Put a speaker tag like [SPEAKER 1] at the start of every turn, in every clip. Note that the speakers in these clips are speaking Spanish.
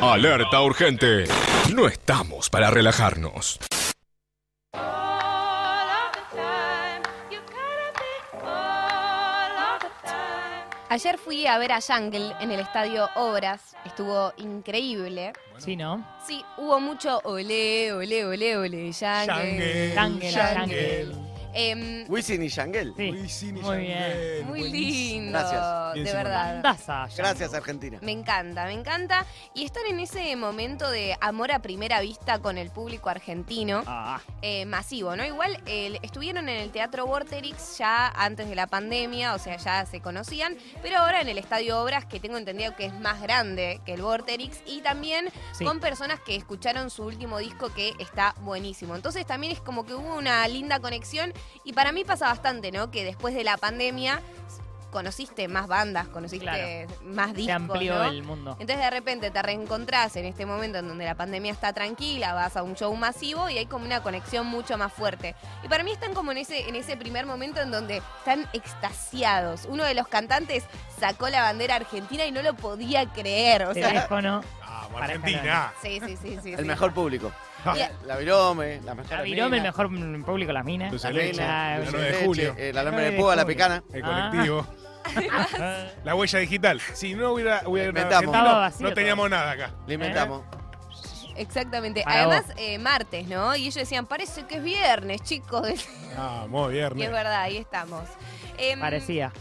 [SPEAKER 1] Alerta urgente. No estamos para relajarnos.
[SPEAKER 2] Ayer fui a ver a Jungle en el estadio Obras. Estuvo increíble.
[SPEAKER 3] Sí, ¿no?
[SPEAKER 2] Sí, hubo mucho olé, olé, olé, olé. Jungle.
[SPEAKER 4] Jungle.
[SPEAKER 3] Jungle, Jungle.
[SPEAKER 2] Em,
[SPEAKER 4] Wisin y Yangel.
[SPEAKER 3] Sí.
[SPEAKER 5] Muy
[SPEAKER 3] Muy
[SPEAKER 5] bien.
[SPEAKER 2] muy lindo.
[SPEAKER 4] Gracias.
[SPEAKER 2] De
[SPEAKER 5] Bien, Simón.
[SPEAKER 2] verdad.
[SPEAKER 3] Daza. ya.
[SPEAKER 4] Gracias, Argentina.
[SPEAKER 2] Me encanta, me encanta. Y estar en ese momento de amor a primera vista con el público argentino,
[SPEAKER 3] Ah,
[SPEAKER 2] eh, masivo, ¿no? Igual eh, estuvieron en el Teatro Vorterix ya antes de la pandemia, o sea, ya se conocían, pero ahora en el Estadio Obras, que tengo entendido que es más grande que el Vorterix, y también
[SPEAKER 3] Sí.
[SPEAKER 2] con personas que escucharon su último disco que está buenísimo. Entonces también es como que hubo una linda conexión y para mí pasa bastante, ¿no? Que después de la pandemia conociste más bandas, conociste
[SPEAKER 3] Claro.
[SPEAKER 2] más discos.
[SPEAKER 3] se amplió
[SPEAKER 2] ¿no?
[SPEAKER 3] el mundo.
[SPEAKER 2] Entonces de repente te reencontrás en este momento en donde la pandemia está tranquila, vas a un show masivo y hay como una conexión mucho más fuerte. Y para mí están como en ese, en ese primer momento en donde están extasiados. Uno de los cantantes sacó la bandera argentina y no lo podía creer. O sea,
[SPEAKER 3] Teléfono.
[SPEAKER 5] Ah,
[SPEAKER 3] Para
[SPEAKER 5] Argentina.
[SPEAKER 2] sí, sí, sí, sí.
[SPEAKER 4] El
[SPEAKER 2] sí.
[SPEAKER 4] mejor público.
[SPEAKER 2] Bien.
[SPEAKER 4] La Virome, la mejor.
[SPEAKER 3] La virome, el mejor mm, público, las minas.
[SPEAKER 5] Dulce
[SPEAKER 4] La
[SPEAKER 5] de leche.
[SPEAKER 3] Ah,
[SPEAKER 5] El
[SPEAKER 3] dulce
[SPEAKER 5] 9 de
[SPEAKER 4] leche,
[SPEAKER 5] julio.
[SPEAKER 4] El alambre
[SPEAKER 3] Nueve
[SPEAKER 4] de
[SPEAKER 3] de
[SPEAKER 4] púa, eh, la
[SPEAKER 3] julio.
[SPEAKER 4] pecana.
[SPEAKER 5] El
[SPEAKER 3] Ah.
[SPEAKER 5] colectivo.
[SPEAKER 3] Ah,
[SPEAKER 5] La huella digital. Si no hubiera, hubiera
[SPEAKER 4] Inventamos.
[SPEAKER 5] Argentina,
[SPEAKER 3] Estaba vacío
[SPEAKER 5] no teníamos nada acá.
[SPEAKER 4] Le inventamos.
[SPEAKER 2] Eh, Exactamente.
[SPEAKER 3] Para
[SPEAKER 2] Además, eh, martes, ¿no? Y ellos decían, parece que es viernes, chicos.
[SPEAKER 5] Ah, muy
[SPEAKER 2] Y es
[SPEAKER 5] viernes.
[SPEAKER 2] verdad, ahí estamos. Em,
[SPEAKER 3] Parecía.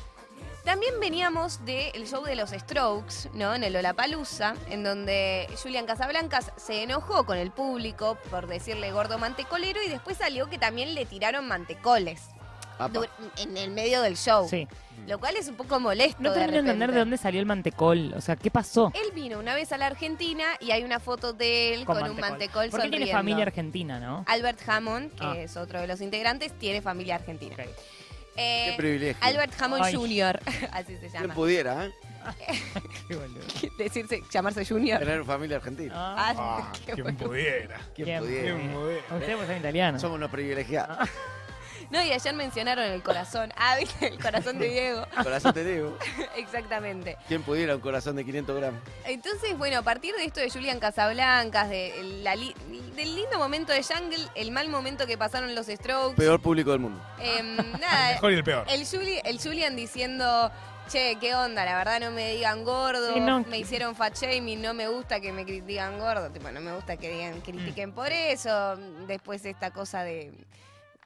[SPEAKER 2] También veníamos del show de los Strokes, ¿no? En el Lollapalooza, en donde Julian Casablancas se enojó con el público por decirle gordo mantecolero y después salió que también le tiraron mantecoles
[SPEAKER 4] Apa.
[SPEAKER 2] dur- en el medio del show.
[SPEAKER 3] Sí.
[SPEAKER 2] Lo cual es un poco molesto.
[SPEAKER 3] No
[SPEAKER 2] de
[SPEAKER 3] termino de entender
[SPEAKER 2] repente.
[SPEAKER 3] de dónde salió el mantecol. O sea, ¿qué pasó
[SPEAKER 2] Él vino una vez a la Argentina y hay una foto de él con, un mantecol
[SPEAKER 3] Porque él tiene
[SPEAKER 2] sonriendo.
[SPEAKER 3] familia argentina, ¿no?
[SPEAKER 2] Albert Hammond, que
[SPEAKER 3] Ah.
[SPEAKER 2] es otro de los integrantes, tiene familia argentina.
[SPEAKER 3] Ok.
[SPEAKER 2] Eh,
[SPEAKER 4] Qué privilegio.
[SPEAKER 2] Albert Hammond
[SPEAKER 3] Ay.
[SPEAKER 2] Jr., así se
[SPEAKER 4] ¿Quién
[SPEAKER 2] llama.
[SPEAKER 4] pudiera, eh?
[SPEAKER 3] Qué boludo.
[SPEAKER 2] Decirse, llamarse Junior.
[SPEAKER 4] Tener familia argentina.
[SPEAKER 3] Ah,
[SPEAKER 2] Ah,
[SPEAKER 5] Ah,
[SPEAKER 2] qué
[SPEAKER 5] quien
[SPEAKER 2] bueno.
[SPEAKER 5] pudiera.
[SPEAKER 4] ¿Quién
[SPEAKER 3] ¿quién
[SPEAKER 4] pudiera?
[SPEAKER 5] Quien pudiera.
[SPEAKER 3] Ustedes pues son italianos.
[SPEAKER 4] Somos unos privilegiados.
[SPEAKER 2] No, y ayer mencionaron el corazón. Ah, viste, el corazón de Diego.
[SPEAKER 4] Corazón te digo.
[SPEAKER 2] Exactamente.
[SPEAKER 4] ¿Quién pudiera un corazón de 500 gramos?
[SPEAKER 2] Entonces, bueno, a partir de esto de Julian Casablancas, de la li- del lindo momento de Jungle, el mal momento que pasaron los Strokes.
[SPEAKER 4] Peor público del mundo.
[SPEAKER 2] em,
[SPEAKER 5] El
[SPEAKER 2] nada,
[SPEAKER 5] mejor y el peor.
[SPEAKER 2] el, Juli- el Julian diciendo. Che, ¿qué onda? La verdad no me digan gordo,
[SPEAKER 3] Sí, no.
[SPEAKER 2] me hicieron fat shaming, no me gusta que me cri- digan gordo, tipo, no me gusta que digan,
[SPEAKER 4] Mm.
[SPEAKER 2] critiquen por eso, después esta cosa de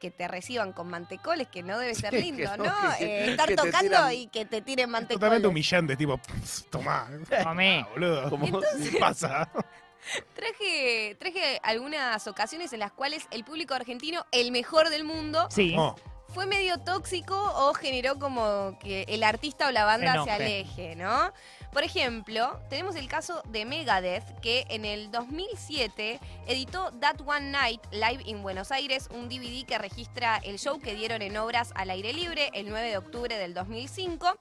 [SPEAKER 2] que te reciban con mantecoles, que no debe ser
[SPEAKER 4] Sí,
[SPEAKER 2] lindo,
[SPEAKER 4] que
[SPEAKER 2] ¿no?
[SPEAKER 4] no, que-
[SPEAKER 2] Eh, estar
[SPEAKER 4] que te
[SPEAKER 2] tocando
[SPEAKER 4] tiran-
[SPEAKER 2] y que te tiren
[SPEAKER 5] Totalmente
[SPEAKER 2] mantecoles.
[SPEAKER 5] humillante, tipo, tomá.
[SPEAKER 3] Tomé.
[SPEAKER 5] Ah, boludo.
[SPEAKER 4] Como-
[SPEAKER 5] ¿Qué pasa?
[SPEAKER 2] Traje, traje algunas ocasiones en las cuales el público argentino, el mejor del mundo,
[SPEAKER 3] Sí.
[SPEAKER 5] No,
[SPEAKER 2] fue medio tóxico o generó como que el artista o la banda se
[SPEAKER 3] Enoje.
[SPEAKER 2] aleje, ¿no? Por ejemplo, tenemos el caso de Megadeth, que en el 2007 editó That One Night Live in Buenos Aires, un DVD que registra el show que dieron en obras al aire libre el 9 de octubre del 2005.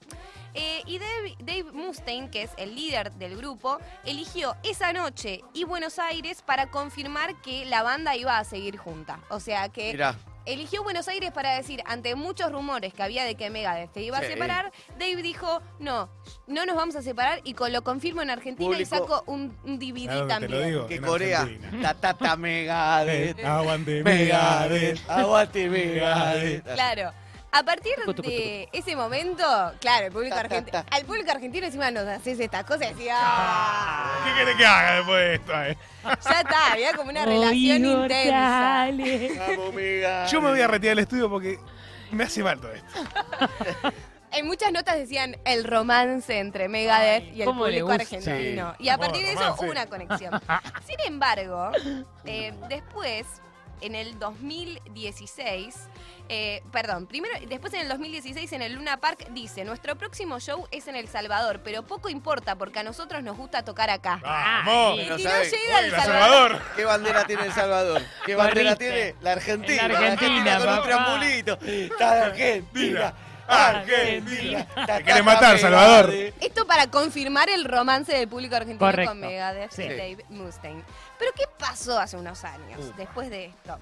[SPEAKER 2] Eh, y Dave, Dave Mustaine, que es el líder del grupo, eligió esa noche y Buenos Aires para confirmar que la banda iba a seguir junta. O sea que
[SPEAKER 4] Mirá,
[SPEAKER 2] Eligió Buenos Aires para decir, ante muchos rumores que había de que Megadeth se iba
[SPEAKER 4] Sí.
[SPEAKER 2] a separar, Dave dijo, no, no nos vamos a separar y con lo confirmo en Argentina y
[SPEAKER 4] Público.
[SPEAKER 2] saco un, un DVD
[SPEAKER 5] claro que te lo
[SPEAKER 2] también.
[SPEAKER 5] digo.
[SPEAKER 4] que
[SPEAKER 5] en
[SPEAKER 4] Corea.
[SPEAKER 5] Argentina.
[SPEAKER 4] Ta ta ta Megadeth.
[SPEAKER 5] Eh, Aguante,
[SPEAKER 4] Megadeth.
[SPEAKER 5] Megadeth.
[SPEAKER 4] Aguante Megadeth.
[SPEAKER 2] Claro. A partir
[SPEAKER 3] Tucu, tucu,
[SPEAKER 2] de ese momento, claro, el público
[SPEAKER 4] Ta, ta,
[SPEAKER 2] argentino,
[SPEAKER 4] ta.
[SPEAKER 2] al público argentino encima nos haces estas cosas y decía, "Ah".
[SPEAKER 5] ¿Qué querés que haga después de esto? eh?
[SPEAKER 2] ya está, había como una relación
[SPEAKER 3] Rodrigo
[SPEAKER 2] intensa.
[SPEAKER 3] Ortales.
[SPEAKER 4] Vamos Megadeth.
[SPEAKER 5] Yo me voy a retirar del estudio porque me hace mal todo esto.
[SPEAKER 2] En muchas notas decían el romance entre Megadeth
[SPEAKER 3] Ay,
[SPEAKER 2] y el
[SPEAKER 3] ¿cómo le
[SPEAKER 2] público
[SPEAKER 3] gusta?
[SPEAKER 2] argentino.
[SPEAKER 5] Sí.
[SPEAKER 2] Y a
[SPEAKER 5] Vamos,
[SPEAKER 2] partir de eso
[SPEAKER 5] romance.
[SPEAKER 2] hubo una conexión. Sin embargo, eh, después, en el 2016, eh, perdón, primero, después en el 2016 en el Luna Park dice, nuestro próximo show es en El Salvador, pero poco importa porque a nosotros nos gusta tocar acá.
[SPEAKER 5] ¡Vamos!
[SPEAKER 2] y
[SPEAKER 4] Pero
[SPEAKER 2] tiró
[SPEAKER 4] sabe,
[SPEAKER 2] Jada
[SPEAKER 5] ¡Oye,
[SPEAKER 2] El
[SPEAKER 5] la
[SPEAKER 2] Salvador.
[SPEAKER 5] Ah, Salvador!
[SPEAKER 4] ¿Qué bandera tiene El Salvador? ¿Qué bandera
[SPEAKER 3] Corriste.
[SPEAKER 4] tiene? La Argentina.
[SPEAKER 3] La Argentina,
[SPEAKER 4] con un
[SPEAKER 3] papá.
[SPEAKER 4] triangulito. Está la Argentina.
[SPEAKER 5] Argentina.
[SPEAKER 4] Argentina. Ta, ta,
[SPEAKER 5] Te quiere
[SPEAKER 4] ta,
[SPEAKER 5] matar,
[SPEAKER 4] Megadeth.
[SPEAKER 5] Salvador.
[SPEAKER 2] Esto para confirmar el romance del público argentino
[SPEAKER 3] Correcto.
[SPEAKER 2] con Megadeth
[SPEAKER 3] Sí.
[SPEAKER 2] y Dave Mustaine. Pero ¿qué pasó hace unos años después de esto?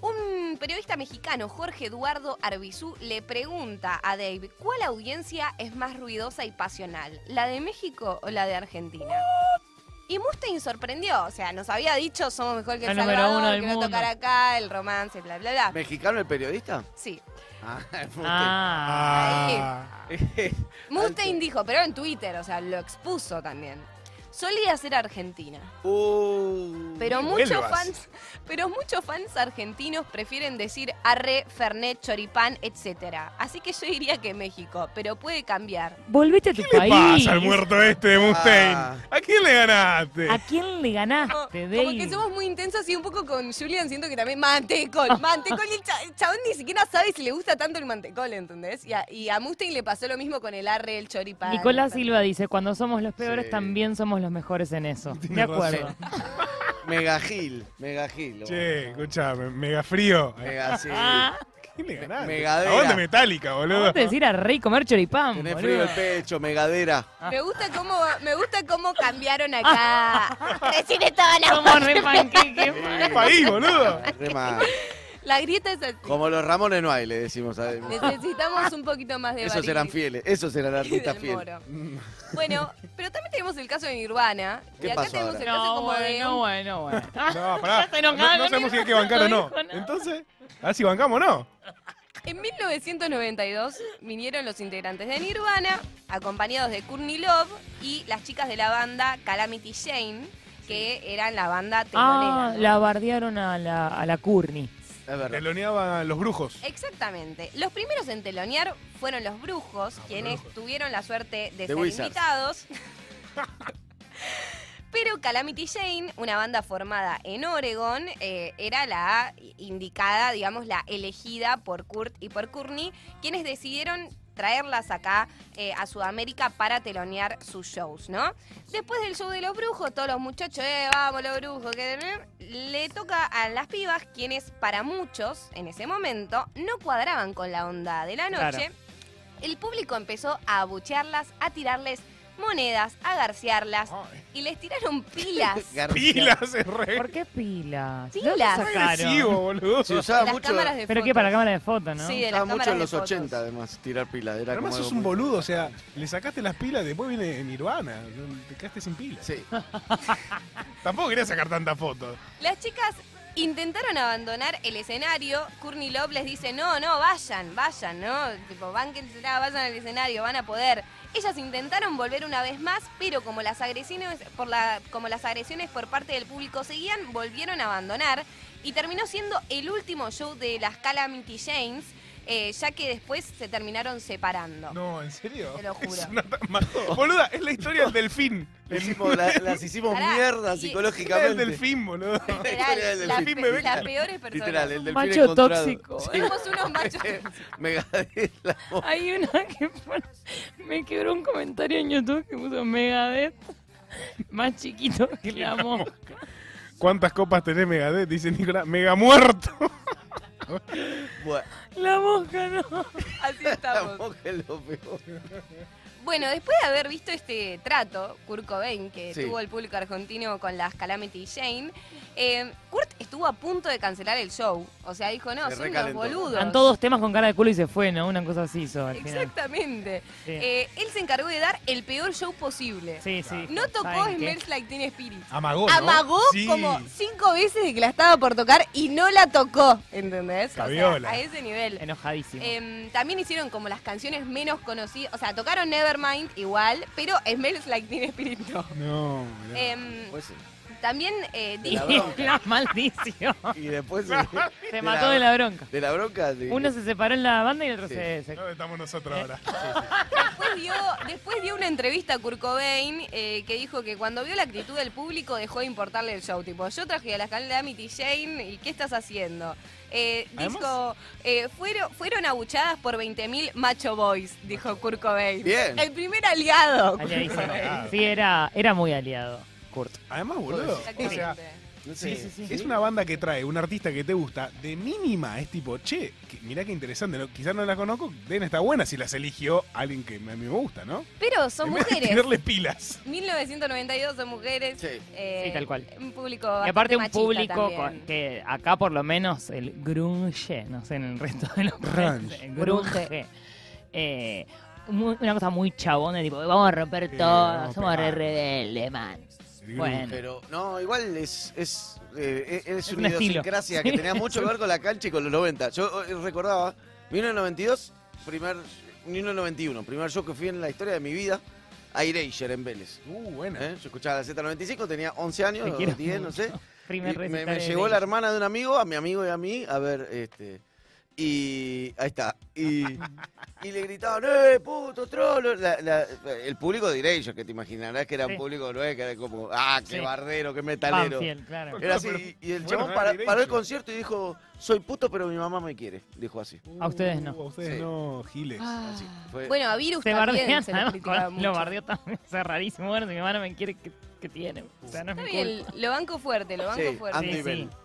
[SPEAKER 2] Un periodista mexicano, Jorge Eduardo Arbizú, le pregunta a Dave, ¿cuál audiencia es más ruidosa y pasional? ¿La de México o la de Argentina? Y Mustaine sorprendió, o sea, nos había dicho somos mejor que El
[SPEAKER 3] El número
[SPEAKER 2] Salvador,
[SPEAKER 3] uno del
[SPEAKER 2] que no
[SPEAKER 3] mundo.
[SPEAKER 2] tocar acá, el romance, bla, bla, bla.
[SPEAKER 4] ¿Mexicano el periodista?
[SPEAKER 2] Sí.
[SPEAKER 4] Ah,
[SPEAKER 3] Ah,
[SPEAKER 5] Ah,
[SPEAKER 2] Mustaine dijo, pero en Twitter, o sea, lo expuso también. Solía ser argentina,
[SPEAKER 4] Uh,
[SPEAKER 2] pero
[SPEAKER 5] Ni
[SPEAKER 2] muchos
[SPEAKER 5] vuelvas.
[SPEAKER 2] fans, pero muchos fans argentinos prefieren decir arre, fernet, choripán, etcétera. Así que yo diría que México, pero puede cambiar.
[SPEAKER 3] volvete a tu
[SPEAKER 5] ¿Qué le
[SPEAKER 3] país.
[SPEAKER 5] pasa al muerto este de Mustaine?
[SPEAKER 4] Ah.
[SPEAKER 5] ¿A quién le ganaste?
[SPEAKER 3] ¿A quién le
[SPEAKER 2] Como,
[SPEAKER 3] ganaste,
[SPEAKER 2] como
[SPEAKER 3] Dave?
[SPEAKER 2] que somos muy intensos y un poco con Julian siento que también mantecol, mantecol y el, cha- el chabón ni siquiera sabe si le gusta tanto el mantecol, ¿entendés? Y a, y a Mustaine le pasó lo mismo con el arre, el choripán.
[SPEAKER 3] Nicolás
[SPEAKER 2] el-
[SPEAKER 3] Silva dice, cuando somos los peores
[SPEAKER 4] Sí.
[SPEAKER 3] también somos los mejores en eso.
[SPEAKER 5] Tiene
[SPEAKER 3] Me acuerdo.
[SPEAKER 4] razón. Megagil, Megagil.
[SPEAKER 5] Che, escuchame, mega frío. ¿A
[SPEAKER 4] Megacil.
[SPEAKER 5] quién le ganaste?
[SPEAKER 4] megadera.
[SPEAKER 5] ¿A dónde metálica,
[SPEAKER 3] Vamos
[SPEAKER 5] boludo?
[SPEAKER 3] a decir a Rey comer choripán,
[SPEAKER 4] Tenés
[SPEAKER 3] boludo.
[SPEAKER 4] frío el pecho, megadera.
[SPEAKER 2] Me gusta cómo, me gusta cómo cambiaron acá. Recién estaban a-
[SPEAKER 3] Somos re panqueques.
[SPEAKER 5] País, boludo.
[SPEAKER 4] Re mal.
[SPEAKER 2] La grieta es así.
[SPEAKER 4] Como los Ramones no hay, le decimos a él.
[SPEAKER 2] Necesitamos un poquito más de
[SPEAKER 4] Esos
[SPEAKER 2] variedad.
[SPEAKER 4] eran fieles, esos eran
[SPEAKER 2] Y del
[SPEAKER 4] artistas fieles.
[SPEAKER 2] Moro. Bueno, pero también tenemos el caso de Nirvana.
[SPEAKER 4] Mm. ¿Qué
[SPEAKER 2] y acá
[SPEAKER 4] pasó
[SPEAKER 2] tenemos
[SPEAKER 4] ahora?
[SPEAKER 2] el caso
[SPEAKER 3] No,
[SPEAKER 2] como de.
[SPEAKER 3] bueno, bueno, bueno.
[SPEAKER 5] No, pará.
[SPEAKER 3] Ya se
[SPEAKER 5] No,
[SPEAKER 3] enojaron,
[SPEAKER 5] no sabemos si hay que bancar o no.
[SPEAKER 3] dijo nada.
[SPEAKER 5] Entonces, a ver si bancamos o no.
[SPEAKER 2] En 1992 vinieron los integrantes de Nirvana, acompañados de Courtney Love y las chicas de la banda Calamity Jane, que eran la banda telonera.
[SPEAKER 3] Ah,
[SPEAKER 2] ¿no?
[SPEAKER 3] la bardearon a la, a la Curni.
[SPEAKER 4] Es verdad.
[SPEAKER 5] Teloneaban los brujos.
[SPEAKER 2] Exactamente. Los primeros en telonear fueron los brujos, quienes tuvieron la suerte de
[SPEAKER 4] The
[SPEAKER 2] ser
[SPEAKER 4] Wizards.
[SPEAKER 2] invitados. Pero Calamity Jane, una banda formada en Oregon, eh, era la indicada, digamos, la elegida por Kurt y por Courtney, quienes decidieron traerlas acá eh, a Sudamérica para telonear sus shows, ¿no? Después del show de los brujos, todos los muchachos, eh, vamos los brujos, que le toca a las pibas, quienes para muchos en ese momento no cuadraban con la onda de la noche.
[SPEAKER 3] Claro.
[SPEAKER 2] El público empezó a abuchearlas, a tirarles monedas, a garciarlas
[SPEAKER 4] Oh.
[SPEAKER 2] y les tiraron pilas.
[SPEAKER 4] García.
[SPEAKER 5] Pilas, es
[SPEAKER 4] Eh.
[SPEAKER 5] re
[SPEAKER 3] ¿Por qué pilas?
[SPEAKER 2] Pilas.
[SPEAKER 3] ¿De dónde sacaron?
[SPEAKER 5] agresivo, boludo.
[SPEAKER 4] Se usaba
[SPEAKER 2] Las
[SPEAKER 4] mucho,
[SPEAKER 2] cámaras de
[SPEAKER 3] Pero
[SPEAKER 2] fotos.
[SPEAKER 3] qué, para cámara de fotos, ¿no?
[SPEAKER 2] Sí,
[SPEAKER 4] se
[SPEAKER 2] de las
[SPEAKER 4] usaba mucho
[SPEAKER 2] cámaras
[SPEAKER 4] en
[SPEAKER 2] de
[SPEAKER 4] los
[SPEAKER 2] fotos.
[SPEAKER 4] 80, además, tirar pilas. Era
[SPEAKER 5] Además
[SPEAKER 4] como
[SPEAKER 5] sos
[SPEAKER 4] algo
[SPEAKER 5] un
[SPEAKER 4] muy-
[SPEAKER 5] boludo, o sea, le sacaste las pilas, después viene Nirvana, te quedaste sin pilas.
[SPEAKER 4] Sí.
[SPEAKER 5] Tampoco quería sacar tantas fotos.
[SPEAKER 2] Las chicas intentaron abandonar el escenario. Courtney Love les dice, no, no, vayan, vayan, ¿no? Tipo, bánquensela, vayan al escenario, van a poder. Ellas intentaron volver una vez más, pero como las agresiones por, la, como las agresiones por parte del público seguían, volvieron a abandonar. Y terminó siendo el último show de las Calamity Janes, eh, ya que después se terminaron separando.
[SPEAKER 5] No, ¿en serio?
[SPEAKER 2] Te lo juro.
[SPEAKER 5] Es una ta- ma- Boluda, es la historia del delfín.
[SPEAKER 4] Le
[SPEAKER 5] El-
[SPEAKER 4] hicimos- la- las hicimos
[SPEAKER 2] Pará,
[SPEAKER 4] mierda
[SPEAKER 2] y-
[SPEAKER 5] historia del
[SPEAKER 4] psicológicamente.
[SPEAKER 5] delfín, boludo.
[SPEAKER 2] Literal,
[SPEAKER 4] historia del
[SPEAKER 2] las
[SPEAKER 4] delfín,
[SPEAKER 2] pe-
[SPEAKER 5] bebé.
[SPEAKER 2] las peores personas.
[SPEAKER 4] Literal, el delfín
[SPEAKER 3] Macho
[SPEAKER 4] encontrado.
[SPEAKER 3] tóxico.
[SPEAKER 4] Sí.
[SPEAKER 2] Somos unos machos.
[SPEAKER 4] Megadeth, la voz.
[SPEAKER 3] Hay una que pone- me quebró un comentario en YouTube que puso Megadeth más chiquito que la mosca.
[SPEAKER 5] ¿Cuántas copas tenés Megadeth? Dice Nicolás, mega muerto.
[SPEAKER 4] Bueno,
[SPEAKER 3] La mosca no.
[SPEAKER 2] Así
[SPEAKER 4] la
[SPEAKER 2] estamos.
[SPEAKER 4] voz es lo peor.
[SPEAKER 2] Bueno, después de haber visto este trato, Kurt Cobain, que
[SPEAKER 4] Sí.
[SPEAKER 2] tuvo el público argentino con las Calamity Jane, eh, Kurt estuvo a punto de cancelar el show. O sea, dijo, no,
[SPEAKER 4] Se
[SPEAKER 2] son unos
[SPEAKER 4] recalentó.
[SPEAKER 2] boludos.
[SPEAKER 3] Cantó dos temas con cara de culo y se fue, ¿no? Una cosa así hizo al final.
[SPEAKER 2] Exactamente.
[SPEAKER 3] Sí.
[SPEAKER 2] Eh, él se encargó de dar el peor show posible.
[SPEAKER 3] Sí, sí.
[SPEAKER 2] No tocó
[SPEAKER 3] ¿Saben qué?
[SPEAKER 2] Smells Like Teen Spirit.
[SPEAKER 4] Oh,
[SPEAKER 5] Amagó, ¿no?
[SPEAKER 2] Amagó
[SPEAKER 5] Sí.
[SPEAKER 2] como cinco veces de que la estaba por tocar y no la tocó, ¿entendés? O sea,
[SPEAKER 5] Fabiola.
[SPEAKER 2] a ese nivel.
[SPEAKER 3] Enojadísimo.
[SPEAKER 2] Em, también hicieron como las canciones menos conocidas, o sea, tocaron Nevermind igual, pero Smells Like Teen Spirit no.
[SPEAKER 5] No, mirá.
[SPEAKER 2] Em,
[SPEAKER 4] Pues sí.
[SPEAKER 2] también eh,
[SPEAKER 4] de
[SPEAKER 2] di-
[SPEAKER 4] la bronca.
[SPEAKER 3] la maldición.
[SPEAKER 4] Y después
[SPEAKER 3] Se mató de la bronca.
[SPEAKER 4] de la bronca. de-
[SPEAKER 3] Uno se separó en la banda y el otro
[SPEAKER 4] Sí.
[SPEAKER 3] se, se-
[SPEAKER 5] ¿Dónde estamos nosotros ahora?
[SPEAKER 2] después, dio, después dio una entrevista a Kurt Cobain eh, que dijo que cuando vio la actitud del público dejó de importarle el show. Tipo, yo traje a la escalera Amity Jane y ¿qué estás haciendo? Eh, dijo, eh, fueron, fueron abuchadas por 20.000 macho boys, dijo Kurt Cobain.
[SPEAKER 4] Bien.
[SPEAKER 2] El primer aliado.
[SPEAKER 3] Aliadísimo. Sí, era, era muy aliado, Kurt.
[SPEAKER 5] Además, boludo. O
[SPEAKER 2] Exactamente.
[SPEAKER 5] sea,
[SPEAKER 4] No
[SPEAKER 3] Sí, sí, sí.
[SPEAKER 5] es una banda que trae un artista que te gusta, de mínima es tipo, che, que- mirá qué interesante, ¿no? quizás no la conozco, deben estar buena si las eligió alguien que a mí me gusta, ¿no?
[SPEAKER 2] Pero son
[SPEAKER 5] En vez de
[SPEAKER 2] mujeres.
[SPEAKER 5] tirarle pilas.
[SPEAKER 2] 1992 son mujeres.
[SPEAKER 4] Sí.
[SPEAKER 2] eh,
[SPEAKER 3] Sí, tal cual.
[SPEAKER 2] Un público
[SPEAKER 3] Y
[SPEAKER 2] bastante
[SPEAKER 3] aparte un
[SPEAKER 2] machista
[SPEAKER 3] público
[SPEAKER 2] también.
[SPEAKER 3] con- que acá por lo menos el grunge, no sé, en el resto de los países, el grunge. eh, mu- una cosa muy chabona, tipo, vamos a romper
[SPEAKER 5] Sí,
[SPEAKER 3] todo,
[SPEAKER 5] vamos a
[SPEAKER 3] somos re
[SPEAKER 5] pegar.
[SPEAKER 3] rebeldes, man.
[SPEAKER 5] El
[SPEAKER 3] Bueno.
[SPEAKER 4] Pero no, igual es, es, eh, es, es
[SPEAKER 3] Es
[SPEAKER 4] una
[SPEAKER 3] un estilo.
[SPEAKER 4] idiosincrasia que
[SPEAKER 3] Sí.
[SPEAKER 4] tenía mucho que ver con la cancha y con los 90. Yo eh, recordaba, 1992, primer, 1991, primer show que fui en la historia de mi vida, a Erasure en Vélez.
[SPEAKER 5] groove. Uh, buena.
[SPEAKER 4] ¿Eh? Yo escuchaba la Z95, tenía 11 años,
[SPEAKER 3] Te
[SPEAKER 4] o
[SPEAKER 3] quiero
[SPEAKER 4] 10, no sé.
[SPEAKER 3] mucho.
[SPEAKER 4] y
[SPEAKER 3] Primer
[SPEAKER 4] Me, me
[SPEAKER 3] recital de
[SPEAKER 4] llegó la
[SPEAKER 3] Dave.
[SPEAKER 4] hermana de un amigo, a mi amigo y a mí, a ver, este. Y ahí está. Y, y le gritaban, ¡eh, puto, trolo! La- la- el público de Erasure, que te imaginarás que era un
[SPEAKER 3] Sí.
[SPEAKER 4] público, no es que era como, ¡ah, qué
[SPEAKER 3] Sí.
[SPEAKER 4] bardero, qué metalero!
[SPEAKER 3] Banfield, claro.
[SPEAKER 4] Era así,
[SPEAKER 5] Pero,
[SPEAKER 4] y- y el
[SPEAKER 5] bueno,
[SPEAKER 4] chabón
[SPEAKER 5] era
[SPEAKER 4] para-
[SPEAKER 5] derecho.
[SPEAKER 4] paró el concierto y dijo, soy puto pero mi mamá me quiere, dijo así.
[SPEAKER 3] A ustedes no.
[SPEAKER 5] Uh, A ustedes
[SPEAKER 4] Sí.
[SPEAKER 5] no, Ah, Giles.
[SPEAKER 4] Así, fue-
[SPEAKER 2] Ah. Bueno, a Virus
[SPEAKER 3] Se
[SPEAKER 2] también
[SPEAKER 3] bardean,
[SPEAKER 2] se lo
[SPEAKER 3] además,
[SPEAKER 2] criticaba
[SPEAKER 3] con- lo
[SPEAKER 2] mucho.
[SPEAKER 3] bardeó también. O sea, rarísimo. Bueno, si mi hermana me quiere, ¿qué, qué tiene? O sea, no es
[SPEAKER 2] Está
[SPEAKER 3] mi
[SPEAKER 2] bien,
[SPEAKER 3] culpa.
[SPEAKER 2] lo banco fuerte, lo banco
[SPEAKER 4] Sí,
[SPEAKER 2] fuerte.
[SPEAKER 4] Andy
[SPEAKER 3] Sí,
[SPEAKER 4] Bell.
[SPEAKER 3] sí.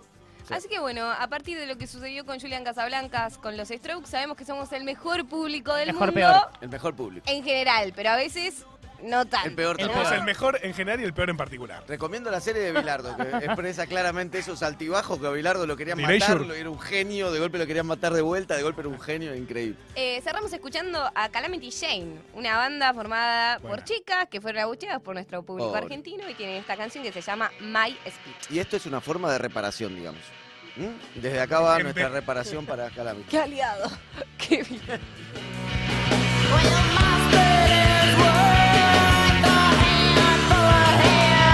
[SPEAKER 4] Sí.
[SPEAKER 2] Así que bueno, a partir de lo que sucedió con Julian Casablancas, con los Strokes, sabemos que somos el mejor público del
[SPEAKER 3] Mejor,
[SPEAKER 2] mundo
[SPEAKER 3] peor.
[SPEAKER 4] el mejor público.
[SPEAKER 2] en general, pero a veces no tanto.
[SPEAKER 4] El peor
[SPEAKER 3] El
[SPEAKER 4] también.
[SPEAKER 5] Somos
[SPEAKER 3] peor.
[SPEAKER 5] el mejor en general y el peor en particular.
[SPEAKER 4] Recomiendo la serie de Bilardo, que expresa claramente esos altibajos que a Bilardo lo querían
[SPEAKER 5] De
[SPEAKER 4] matar,
[SPEAKER 5] Erasure.
[SPEAKER 4] lo- era un genio, de golpe lo querían matar de vuelta, de golpe era un genio increíble.
[SPEAKER 2] Eh, cerramos escuchando a Calamity Jane, una banda formada por
[SPEAKER 5] Buena.
[SPEAKER 2] chicas que fueron abucheadas por nuestro público
[SPEAKER 4] Pobre.
[SPEAKER 2] argentino y tienen esta canción que se llama My Speech.
[SPEAKER 4] Y esto es una forma de reparación, digamos. ¿Mm? Desde acá va
[SPEAKER 5] En
[SPEAKER 4] nuestra
[SPEAKER 5] vez-
[SPEAKER 4] reparación para Calamity.
[SPEAKER 2] ¡Qué aliado! ¡Qué bien!
[SPEAKER 6] Well,